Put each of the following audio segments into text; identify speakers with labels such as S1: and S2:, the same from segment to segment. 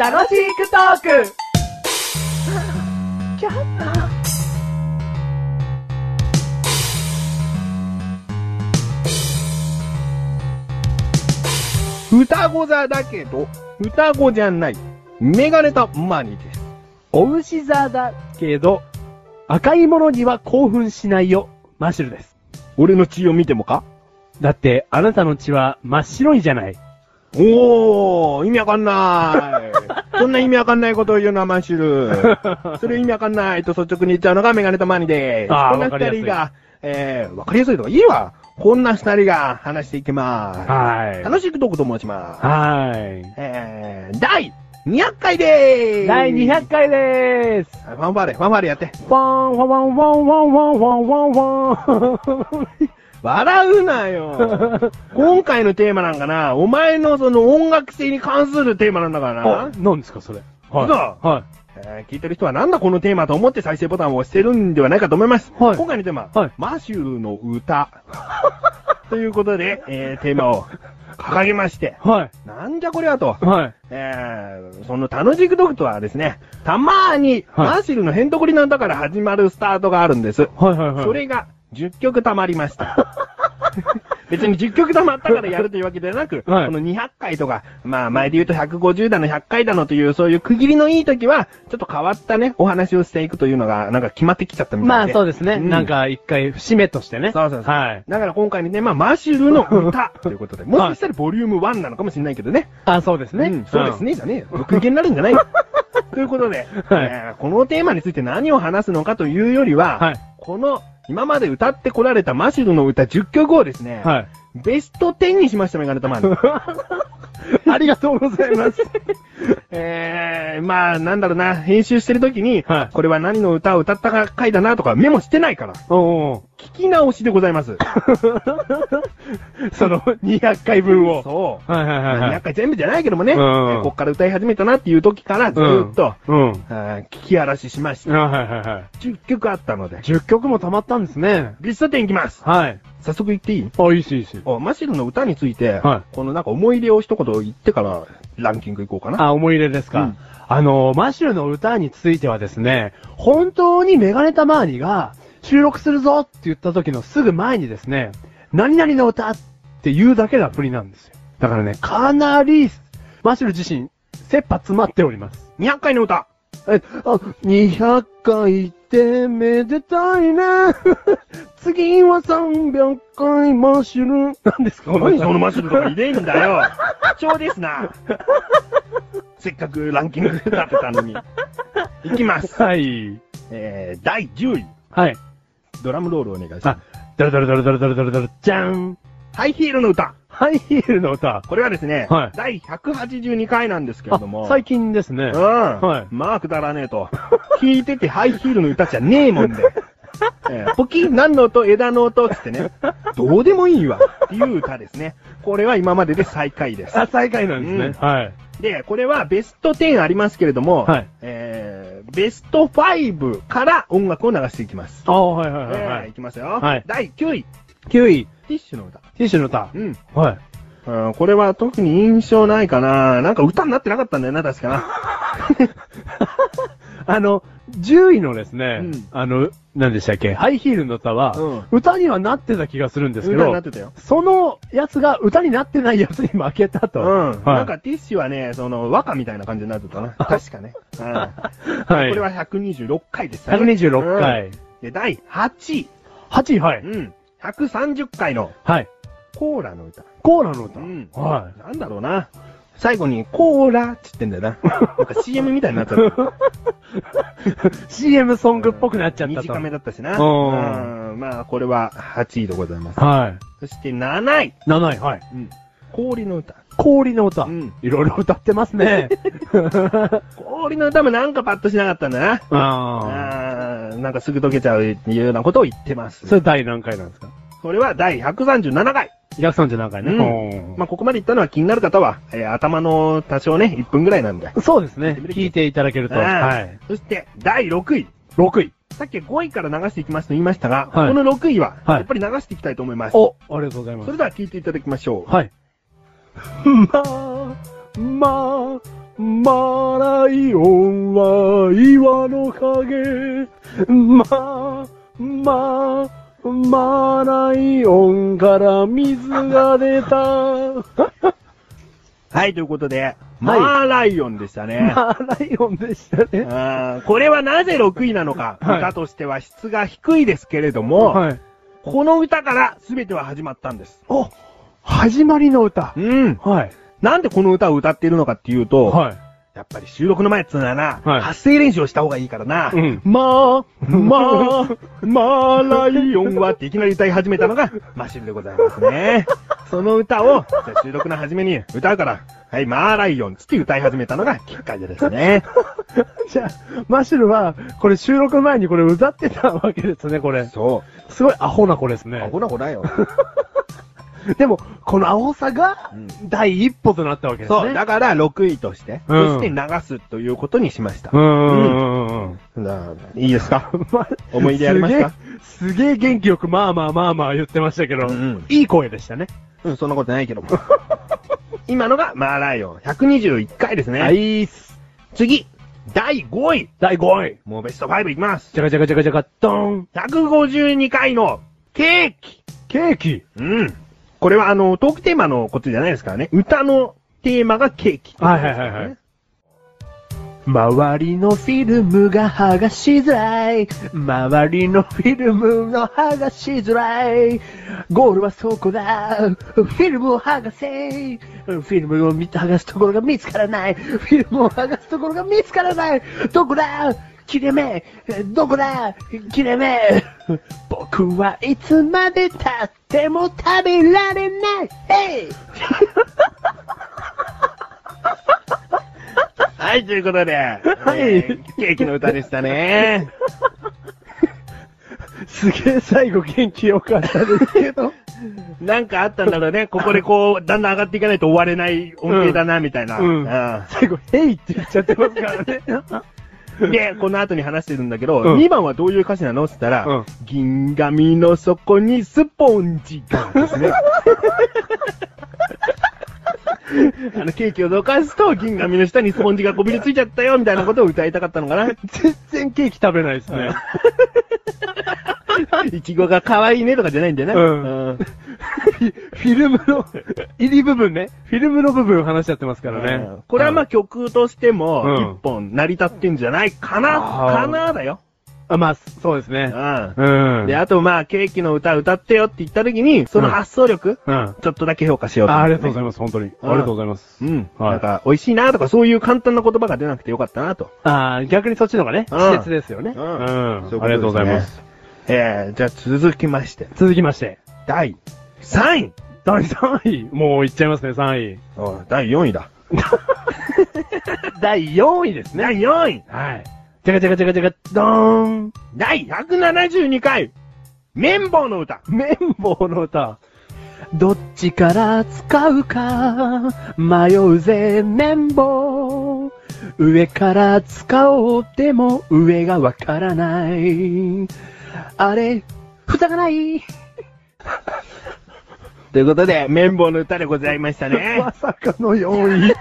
S1: 楽しくトーク
S2: 双子座だけど、双子じゃない、メガネタマニです。
S3: お牛座だけど、赤いものには興奮しないよ、マシュルです。
S2: 俺の血を見てもか
S3: だって、あなたの血は真っ白いじゃない。
S2: おー、意味わかん ない。そんな意味わかんないことを言うのはマッシュ ル。それ意味わかんないと率直に言っちゃうのがメガネタマニです。
S3: あー
S2: こんな
S3: わか
S2: 二
S3: り
S2: 人
S3: や
S2: が、えー、わかりやすいとかいいわ。こんな二人が話していきます。
S3: は
S2: 楽しくトークと申します。
S3: は
S2: えー、第200回でー
S3: い。
S2: す。
S3: 第200回でーす。
S2: ファンファーレ、ファンファーレやって。
S3: ファン、ファン、ファン、ファン、ファン、ファン、ファン、フ
S2: 笑うなよ。
S3: ァン、ファン。
S2: 今回のテーマなんかな、お前のその音楽性に関するテーマなんだからな。
S3: 何ですか、それ。はい。
S2: 嘘
S3: は
S2: えー聞いてる人はなんだこのテーマと思って再生ボタンを押してるんではないかと思います。
S3: はい
S2: 今回のテーマ、
S3: はい
S2: マシューの歌。 ということで、えーテーマを掲げまして、
S3: い。はい。
S2: なんじゃこりゃと、
S3: はい。
S2: えーその楽しくドクとはですね、たまーに、
S3: はい
S2: マシューのヘントコリなんだから始まるスタートがあるんです。
S3: はい、はい、はい。
S2: それが10曲溜まりま した。別に10曲溜まったからやるというわけではなく、
S3: はい
S2: この200回とか、まあ前で言うと150だの100回だのというそういう区切りのいい時は、ちょっと変わったね、お話をしていくというのがなんか決まってきちゃったみ
S3: ま
S2: たい
S3: あ
S2: で。
S3: そう
S2: で
S3: ですね。
S2: うん
S3: なんか一回節目としてね。
S2: そうそうそう
S3: はい。
S2: だから今回にね、まあマシュルの歌ということで、もしかしたらボリューム1なのかもしれないけどね。
S3: あ、そうですね。
S2: うんそうです
S3: ね。
S2: ね、じゃねえよ。復元になるんじゃ ないよ。ということで、えーこのテーマについて何を話すのかというよりは、
S3: はい。
S2: この今まで歌ってこられたマシュルの歌10曲をですね、
S3: はい。
S2: ベスト10にしました、メガネたまに。
S3: ありがとう ございます。
S2: えー、まあ、なんだろうな、編集してる時に、
S3: はい
S2: これは何の歌を歌ったか回だなとかメモしてないから、
S3: おうおう
S2: 聞き直しでござい ます。
S3: その200回分を。
S2: そう。
S3: はいはいはい
S2: まあ
S3: は
S2: 200
S3: い。
S2: 回全部じゃないけどもね、
S3: うん
S2: えーこっから歌い始めたなっていう時からずーっと、
S3: うん。
S2: あー聞き荒らししまし
S3: うん。
S2: た。
S3: あはいはいはい。
S2: 10曲あったので、
S3: 10曲も溜まったんですね。
S2: ベスト10いきます。
S3: はい。
S2: 早速言っていい
S3: あ、いいしいいし。
S2: おマシルの歌について、
S3: は
S2: このなんか思い入れを一言言ってからランキングいこうかな。
S3: あ、思い入れですか。
S2: うん
S3: あの、マシュルの歌についてはですね、本当にメガネタマーニが収録するぞって言った時のすぐ前にですね、何々の歌って言うだけが振りなんですよ。だからね、かなり、マシュル自身、切羽詰まっております。
S2: 200回の歌
S3: え、あ、200回ってめでたいな。 次は300回マシュル。なんですか、この
S2: 何
S3: 歌
S2: そのマシュルとか入れんだ よ。貴重ですな。 せっかくランキング立てたのに。いきます。
S3: はい。
S2: えー、第10位。
S3: はい。
S2: ドラムロールお願いします
S3: あ。、だるだるだるだるだるだるだる、じゃん。
S2: ハイヒールの歌。
S3: ハイヒールの歌。
S2: これはですね、
S3: はい
S2: 第182回なんですけれ
S3: あ
S2: ども。、
S3: 最近ですね
S2: うん。。
S3: はい
S2: まあ、くだらねえと。聞いててハイヒールの歌じゃねえもん で。えーポキン、何の音、枝の音っつってね。どうでもいいわ。っていう歌ですね。これは今までで 最下位です。
S3: あ、最下位なんですね。はい。
S2: で、これはベスト10ありますけれども、
S3: はい
S2: えー、ベスト5から音楽を流していきます。
S3: ああ、はいはいはいは
S2: えーい
S3: い。
S2: きますよ。
S3: はい
S2: 第9位、
S3: 9位、
S2: ティッシュの歌。
S3: ティッシュの歌。
S2: うん。
S3: はい。
S2: うんこれは特に印象ないかな。なんか歌になってなかったんだよな、確かな。
S3: あの、10位のですね、
S2: うん
S3: あの、何でしたっけ、ハイヒールの歌は、歌にはなってた気がするんですけ
S2: 歌に
S3: ど、
S2: なってたよ。
S3: そのやつが歌になってないやつに負けた
S2: う
S3: と。
S2: ん。
S3: はい、
S2: なんかティッシュはね、その、和歌みたいな感じになって たな。確かね。うん。
S3: はい、
S2: これは126回です、
S3: 126回、
S2: うんで、第8位。
S3: 8位、はい。
S2: うん。130回の
S3: はい。
S2: コーラの歌。
S3: コーラの歌。
S2: うん
S3: は
S2: なんだろうな。最後に、コーラって言ってんだよ な。なんか CM みたいになっちゃった。
S3: い。CM ソングっぽくなっちゃったと。
S2: 短めだったしな。
S3: うん
S2: うん。まあ、これは8位でございます。
S3: は
S2: そして7位。
S3: い。7位、はい。
S2: うん。氷の歌。
S3: 氷の歌。
S2: うん
S3: いろいろ歌ってま すね。
S2: 氷の歌もなんかパッとしなかったんだな。
S3: ああ。
S2: あーなんかすぐ溶けちゃういうようなことを言ってます。
S3: そ
S2: そ
S3: れ第何回なんですか
S2: れは第137回。
S3: ?137 回ね。
S2: うん
S3: おー
S2: まあ、ここまで言ったのは気になる方は、えー頭の多少ね、1分ぐらいなんで。
S3: そうですね。聞いていただけると。
S2: うん
S3: はい。
S2: そして、第6位。
S3: 6位。
S2: さっき5位から流していきますと言いましたが、
S3: はい
S2: この6位は、
S3: はい
S2: やっぱり流していきたいと思います。
S3: お、ありがとうございま
S2: そ
S3: す
S2: れ。では聞いていただきましょう。
S3: はい。まあ、まあ、マライオンは岩の影。まあ、まあ、マライオンから水が出 た。
S2: はい、ということで、マーライオンでしたね。
S3: マライオンでしたね。
S2: あーこれはなぜ6位なのか、
S3: はい
S2: 歌としては質が低いですけれども、
S3: はい。
S2: この歌から全ては始まったんです。
S3: お、始まりの歌。
S2: うん。
S3: はい。
S2: なんでこの歌を歌っているのかっていうと、
S3: はい。
S2: やっぱり収録の前っつうのはな、
S3: はい
S2: 発声練習をした方がいいからな、
S3: うん
S2: まあ、まあ、まあ、ライオンはっていきなり歌い始めたのが、マシルでございますね。その歌を、じゃあ収録の初めに歌うから、はい、まあ、ライオンつって歌い始めたのがきっかけですね。
S3: じゃあ、マシュルは、これ収録前にこれ歌ってたわけですね、これ。
S2: そ
S3: すごいアホな子です
S2: う。
S3: ね。
S2: なほらよ。
S3: でも、このアホさが
S2: うん、
S3: 第一歩となったわけですね。
S2: そう、だから6位として、
S3: う
S2: そし
S3: ん
S2: て流すということにしました
S3: う。んうん うん。
S2: なあいいですか
S3: ま
S2: 思い出ありますか
S3: すげえ、すげえ元気よく、まあまあまあまあ言ってましたけど、
S2: うんうん
S3: いい声でしたね。
S2: うん、そんなことないけども。 今のがマーライオン121回ですね。
S3: はいっす。
S2: 次、第5位。
S3: 第5位。
S2: もうベスト5いきます
S3: じ。ゃかじゃかじゃかじゃか、ドーン。
S2: 152回のケーキ。
S3: ケーキ。
S2: うん。これはあの、トークテーマのことじゃないですからね。歌のテーマがケーキ、
S3: はいはいはいはい。周りのフィルムが剥がしづらい。周りのフィルムの剥がしづらい。ゴールはそこだ。フィルムを剥がせ。フィルムを見剥がすところが見つからない。フィルムを剥がすところが見つからない。どこだ切れ目どこだ切れ目僕はいつまで経っても食べられない。へい
S2: はい、ということで、はいケーキの歌でした ね。
S3: すげえ最後元気よかったです けど。
S2: なんかあったんだろうね。ここでこう、だんだん上がっていかないと終われない音程だな、みたいな。
S3: うん最後、ヘイって言っちゃってますからね。
S2: うん で、この後に話してるんだけど、
S3: うん
S2: 2番はどういう歌詞なのって言ったら、
S3: うん
S2: 銀紙の底にスポンジがです ね。あのケーキをどかすと銀紙の下にスポンジがこびりついちゃったよみたいなことを歌いたかったのかな。
S3: 全然ケーキ食べないですね。
S2: いちごが可愛いねとかじゃないんだよね。
S3: うん
S2: うん
S3: フィフィルムの、入り部分ね。フィルムの部分話しちゃってますから
S2: う
S3: ね
S2: ん。これはまあ曲として
S3: うん
S2: も、一本成り立ってんじゃないかな、
S3: あー
S2: かなだよ。
S3: あ、まあ、そうです
S2: う
S3: ね。
S2: ん。
S3: うん。
S2: で、あとまあ、ケーキの歌歌ってよって言った時に、その発想力、
S3: うん。あ
S2: ちょっとだけ評価しようと思
S3: あ
S2: って
S3: り
S2: ね
S3: がとうございます、本当に。あ
S2: うん
S3: りがとうございます。
S2: うん。
S3: はい
S2: なんか、美味しいなとか、そういう簡単な言葉が出なくてよかったなと。
S3: ああ、逆にそっちの方がね、
S2: うん
S3: 季節ですよね。
S2: う
S3: うんん。
S2: そ
S3: あ
S2: ういうことですね
S3: りがとうございます。
S2: えー、じゃあ続きまして、
S3: 続きまして。
S2: 第3位
S3: 第3位。もういっちゃいますね、3位。
S2: おい第4位だ。
S3: 第4位ですね。
S2: 第4位
S3: はい。じゃかじゃかじゃかじゃか、どーん。
S2: 第172回綿棒の歌
S3: 綿棒の歌。どっちから使うか迷うぜ綿棒。上から使おうでも上がわからない。あれ、蓋がない。
S2: ということで、綿棒の歌でございましたね
S3: ま。さかの4位。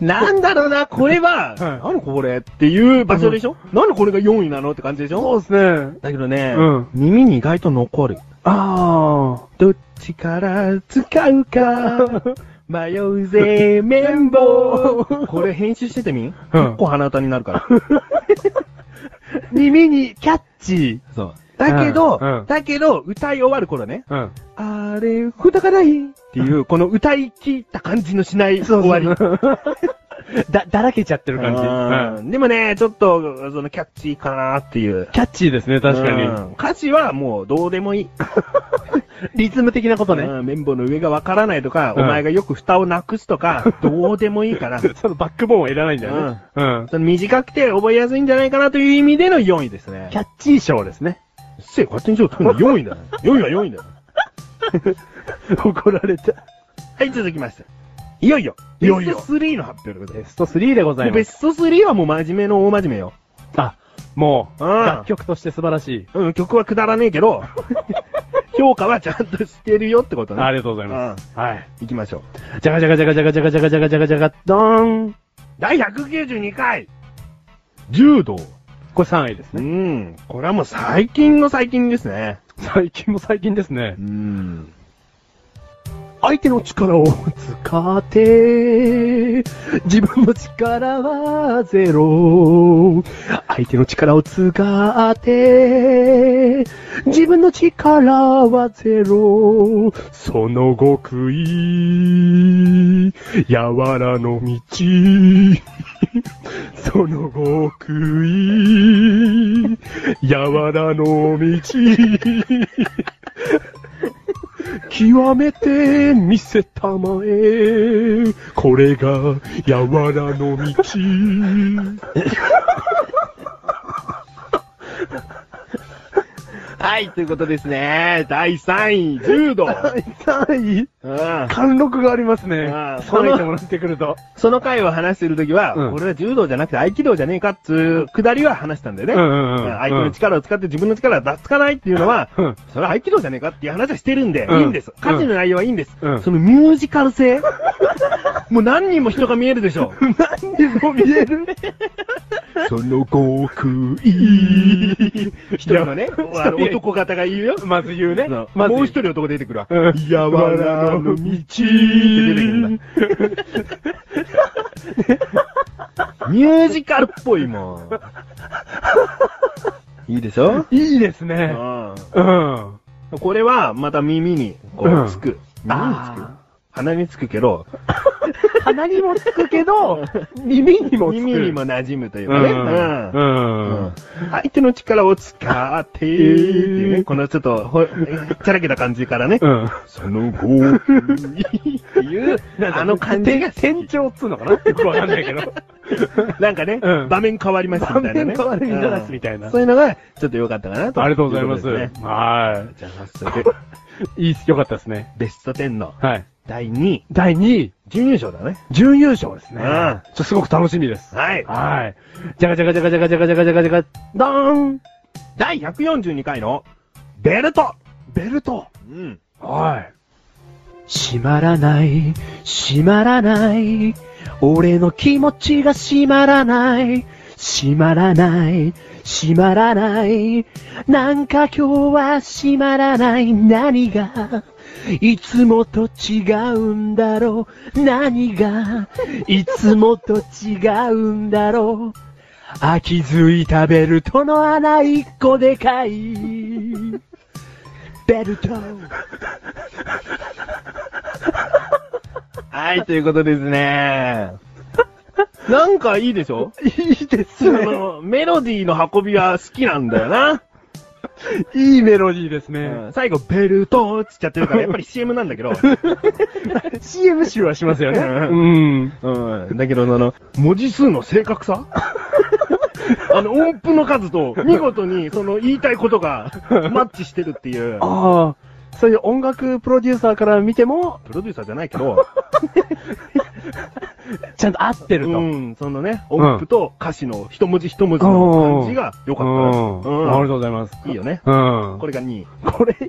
S2: なんだろうな、これは、
S3: い
S2: なにこれっていう場所でしょなんでこれが4位なのって感じでしょ
S3: そうですね。
S2: だけど ね、
S3: うん
S2: 耳に意外と残る。
S3: あ
S2: どっちから使うか、 迷うぜ、綿棒。これ編集しててみん、結構鼻歌になるから。
S3: あ。耳にキャッチ。
S2: そう。だけど、
S3: うんうん
S2: だけど、歌い終わる頃ね、
S3: うん。
S2: あれ、蓋がないっていう、この歌い切った感じのしない終わり。
S3: だ、だらけちゃってる感じ。
S2: う
S3: うん
S2: んでもね、ちょっと、そのキャッチーかなっていう。
S3: キャッチーですね、確かに
S2: う。ん歌詞はもうどうでもいい。
S3: リズム的なことね。
S2: うん綿棒の上がわからないとか、
S3: う
S2: お
S3: ん
S2: 前がよく蓋をなくすとか、どうでもいいから。
S3: そのバックボーンはいらないんだよね。うん。
S2: その短くて覚えやすいんじゃないかなという意味での4位ですね。
S3: キャッチー賞ですね。
S2: せえ、勝手にしろ、4位だよ。4位は4位だよ。
S3: 怒られた。
S2: はい、続きまして。いよいよ、
S3: いよい
S2: ベ
S3: よ
S2: スト3の発表でござい
S3: ベ
S2: ます。
S3: スト3でございま
S2: ベ
S3: す。
S2: スト3はもう真面目の大真面目よ。
S3: あ、もう、
S2: うん
S3: 楽曲として素晴らしい。
S2: うん、曲はくだらねえけど、評価はちゃんとしてるよってことね。
S3: あ
S2: れ。
S3: りがとうございます。はい。
S2: 行きましょう。
S3: じゃがじゃがじゃがじゃがじゃがじゃがじゃがじゃがじゃが、どーん。
S2: 第192回柔道。
S3: これ3位です
S2: う
S3: ね。
S2: ん。これはもう最近の最近ですね。
S3: 最近も最近ですね。
S2: うん。
S3: 相手の力を使って、自分の力はゼロ。相手の力を使って、自分の力はゼロ。その極意、やわらの道。その極意、やわらの道。極めて見せたまえ。これが、やわらの道。
S2: はい、ということですね。第3位、柔道。
S3: 3位、
S2: うん。
S3: 貫禄がありますね。
S2: ああ
S3: 冷めてもらってくると。
S2: その回を話してるときは、
S3: うん
S2: 俺は柔道じゃなくて合気道じゃねえかっつうくだりは話したんだよね。
S3: ん
S2: うん相手の力を使って自分の力は出つかないっていうのは、
S3: うん
S2: それは合気道じゃねえかっていう話はしてるんで、
S3: うん
S2: いいんです。歌詞の内容はいいんです。
S3: うん
S2: そのミュージカル性もう何人も人が見えるでしょ。
S3: 何にも見えるね。
S2: その極意。一人のね、
S3: や
S2: あの男方が言うよ。
S3: まず言うね。
S2: そう
S3: まず
S2: も
S3: 言
S2: う一人男出てくるわ。
S3: うん
S2: やわらの道って出てくるんだ。ミュージカルっぽいもん。 いいでしょ
S3: いいですね。
S2: う
S3: うん。
S2: んこれはまた耳にこ
S3: う
S2: うんつく。耳につく
S3: あ
S2: 鼻につくけど、
S3: 鼻にもつくけど、耳にもつく。
S2: 耳にも馴染むという
S3: う
S2: かね。
S3: ん。
S2: うん
S3: うん。
S2: 相手の力を使ってっていうね、このちょっと、ほ、ちゃらけた感じからね。
S3: うん。
S2: その 後、っていう、あの感じが、
S3: 店長っつうのかなよくわかんないけど。
S2: なんかね、
S3: うん
S2: 場面変わりますみたいな、ね。
S3: 場面変わるみたいなみたいな
S2: うんそういうのが、ちょっと良かったかなと。
S3: ありがとうございます。
S2: うことですね
S3: は
S2: じゃあ、早 速、
S3: い。いいっす、よかったですね。
S2: ベスト10の
S3: はい。
S2: 第2位、
S3: 第2位、
S2: 準優勝だね。
S3: 準優勝ですね。
S2: うん
S3: ちょすごく楽しみです。
S2: はい。
S3: はい。じゃがじゃがじゃがじゃがじゃがじゃがじゃがじゃが、どーん
S2: 第142回の、ベルト
S3: ベルト
S2: うん。
S3: はい。閉まらない、閉まらない。俺の気持ちが閉まらない。閉まらない、閉まらない。なんか今日は閉まらない。何がいつもと違うんだろう。何がいつもと違うんだろう。飽きづいたベルトの穴一個でかい。ベルト。
S2: はい、ということですね。 なんかいいでしょ
S3: いいです
S2: そ。 の、メロディーの運びは好きなんだよな。
S3: いいメロディーですね。
S2: うん最後、ベルトっつっちゃってるから、やっぱり CM なんだけど。
S3: CM 集はしますよね。
S2: う
S3: うん。
S2: うん。だけど、あの、文字数の正確さ あの、音符の数と、見事に、その、言いたいことが、マッチしてるって いう。
S3: ああ、そういう音楽プロデューサーから見ても、
S2: プロデューサーじゃないけ ど、
S3: ちゃんと合ってると。
S2: うん、そのね、音符と歌詞の一文字一文字の感じが良かった
S3: うん。ありが
S2: な。
S3: とうございます。
S2: うん。いいよね。
S3: うん。
S2: これが2位。
S3: これ、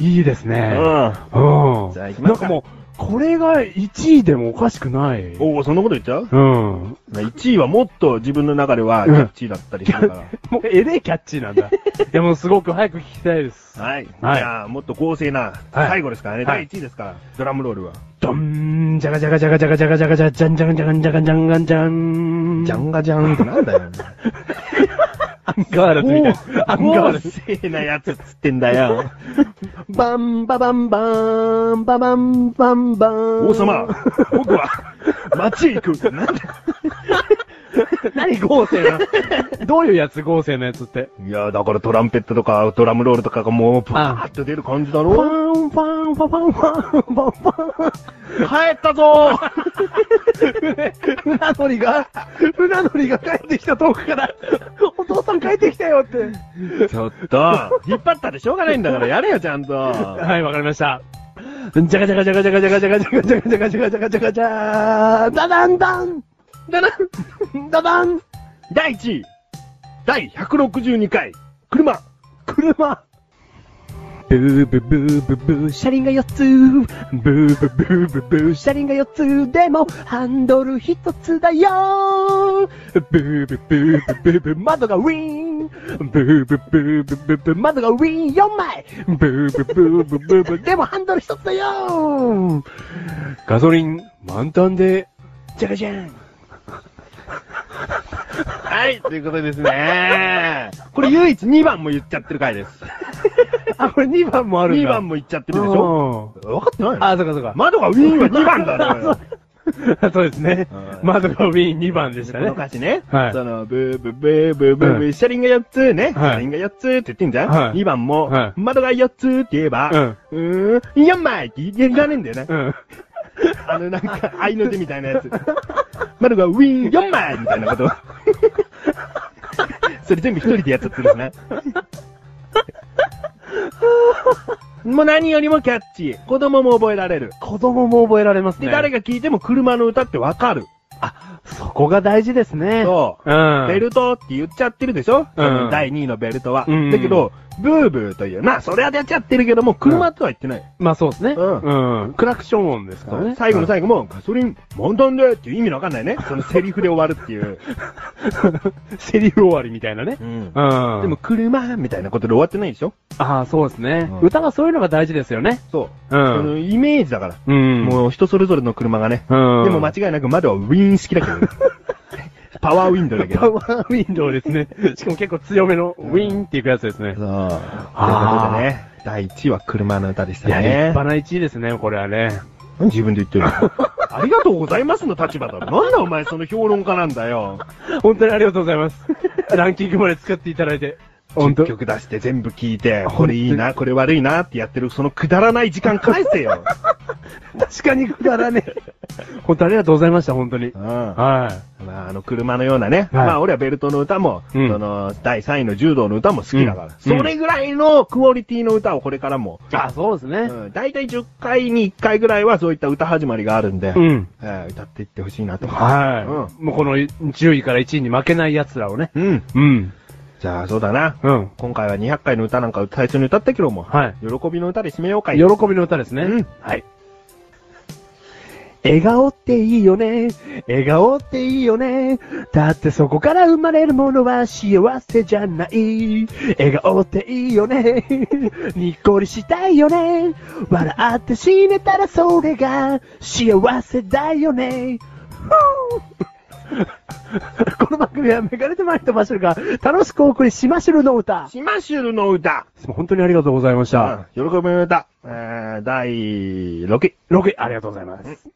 S3: いいです
S2: う
S3: ね。
S2: ん。
S3: うん。
S2: じゃあ行き
S3: な
S2: ま
S3: ん
S2: すか
S3: かもう、これが1位でもおかしくない。
S2: おお、そんなこと言っちゃう
S3: うん。
S2: ?1 位はもっと自分の中ではキャッチーだったりす るか
S3: もう、エレキャッチーなんだ。 いや、もうすごく早く聞きたいです
S2: ら。。はい。じ
S3: はい
S2: ゃあ、もっと合成な、
S3: はい
S2: 最後ですからね。
S3: は
S2: 第
S3: い
S2: 1位ですから、ドラムロールは。
S3: どん、じゃがじゃがじゃがじゃがじゃがじゃがじゃじゃんじゃんじゃんじゃんじゃんじゃんじゃん。
S2: ジャンガジャンってなんだ よ。
S3: アンガールズみたいな。アンガー
S2: 合
S3: ルズ。
S2: 成なやつっつってんだ よ。
S3: バンババンバーン、ババンバンバーン。
S2: 王様、僕 は、街へ行く。なんだ
S3: 何合成なのどういうやつ合成のやつって。
S2: いや、だからトランペットとかドラムロールとかがもう、バーッと出る感じだ
S3: ファ
S2: ろ
S3: ンファンファンファンファンファン
S2: 帰った ぞー
S3: 船乗りが、船乗りが帰ってきた遠くから、お父さん帰ってきたよって。
S2: ちょっと、引っ張ったってしょうがないんだからやれよ、ちゃんと。
S3: はい、わかりました。じゃがじゃがじゃがじゃがじゃがじゃがじゃがじゃがじゃがじゃがじゃがじゃーダダンダン
S2: だな。
S3: ダダン
S2: 第1位、第162回、車。
S3: 車ブーブーブーブーブー、車輪が4つ。ブーブーブーブーブー、車輪が4つ。でも、ハンドル1つだよブーブーブーブーブーブー、窓がウィーン。ブーブーブーブーブーブー、窓がウィーン4枚。ブーブーブーブーブーブー、でもハンドル1つだよガソリン満タンで、じゃがじゃん。
S2: はい、ということですね。これ唯一2番も言っちゃってる回です。
S3: あ、これ2番もあるん
S2: 2
S3: だ。
S2: 番
S3: も
S2: も言っちゃってるでしょ分かってないの
S3: あ、そうかそうか。
S2: 窓がウィーンは2番だ
S3: あ
S2: ろ。
S3: そうそうです ね
S2: はい。
S3: 窓がウィーン2番でし
S2: こ
S3: たね
S2: の。歌詞ね。
S3: はい
S2: その、ブーブーブーブーブーブ
S3: う
S2: ー、車輪が4つね。
S3: は
S2: 車
S3: い
S2: 輪が4つって言ってんじゃん、
S3: はい
S2: ?2 番も、
S3: はい
S2: 窓が4つって言えば、うーん、4枚って言わねえんだよね。
S3: うん。
S2: あの、なんか、愛の手みたいなやつ。窓がウィーン4枚みたいなこと。 それ全部一人でやっちゃってるし ね。もう何よりもキャッチー。子供も覚えられる。
S3: 子供も覚えられます
S2: で、
S3: ね。
S2: 誰が聞いても車の歌ってわかる。
S3: そこが大事ですね。。
S2: そう
S3: うん。
S2: ベルトって言っちゃってるでしょ、その
S3: うん
S2: 第2位のベルトは。
S3: うん
S2: だけど、ブーブーという。まあ、それはやっちゃってるけども、車とは言ってない。
S3: まあそうですね。
S2: うん
S3: うん。クラクション音ですからね。
S2: 最後の最後も、ガソリン、満タンでっていう意味のわかん ないね。そのセリフで終わるっていう。
S3: うんセリフ終わりみたいなね。
S2: うん
S3: う。ん。
S2: でも、、車みたいなことで終わってないでしょ
S3: ああ、そうですね
S2: うん。
S3: 歌がそういうのが大事ですよね。
S2: そう。そ
S3: うん。
S2: のイメージだから。
S3: うん。
S2: もう人それぞれの車がね。
S3: うん。
S2: でも間違いなく窓はウィーン式だ けど。パワーウィンドウだけ
S3: パ
S2: ど。
S3: ワーウィンドウです ね。しかも結構強めの、ウィーンっていくやつですね
S2: そう。。ということでね、第1位は車の歌でした
S3: いや、立
S2: ね
S3: 派。な1位ですね、これはね。
S2: 何自分で言ってるの ありがとうございますの立場だろ。なんだお前その評論家なんだよ。
S3: 本当にありがとうござい ます。ランキングまで使っていただいて。本当
S2: 10曲出して全部聞いて、これいいな、これ悪いなってやってる、そのくだらない時間返せよ。
S3: 確かにくだらねえ。本当ありがとうございました、本当に
S2: う。ん。 まあ、
S3: は
S2: あの、車のようなね。
S3: はい
S2: まあ、俺はベルトの歌も、
S3: うん
S2: その、第3位の柔道の歌も好きだから、
S3: うん
S2: それぐらいのクオリティの歌をこれからも。
S3: い。あ、そうです
S2: う
S3: ね。
S2: ん。大体10回に1回ぐらいはそういった歌始まりがあるんで、
S3: うん。
S2: えー歌っていってほしいなと。
S3: はい、もうこの10位から1位に負けない奴らをね。
S2: うん。
S3: うん。
S2: じゃあ、そうだな。
S3: うん。
S2: 今回は200回の歌なんか最初に歌ったけども、
S3: はい。
S2: 喜びの歌で締めようかい。
S3: 喜びの歌ですね。
S2: うん
S3: はい。笑顔っていいよね。笑顔っていいよね。だってそこから生まれるものは幸せじゃない。笑顔っていいよね。にっこりしたいよね。笑って死ねたらそれが幸せだよね。ふう この番組はメガネとマリとマシュルが楽しくお送りしましゅるの歌。
S2: シマシュルの歌。
S3: 本当にありがとうございまし
S2: うん喜びの歌。えー第6位。
S3: 6位、ありがとうございます。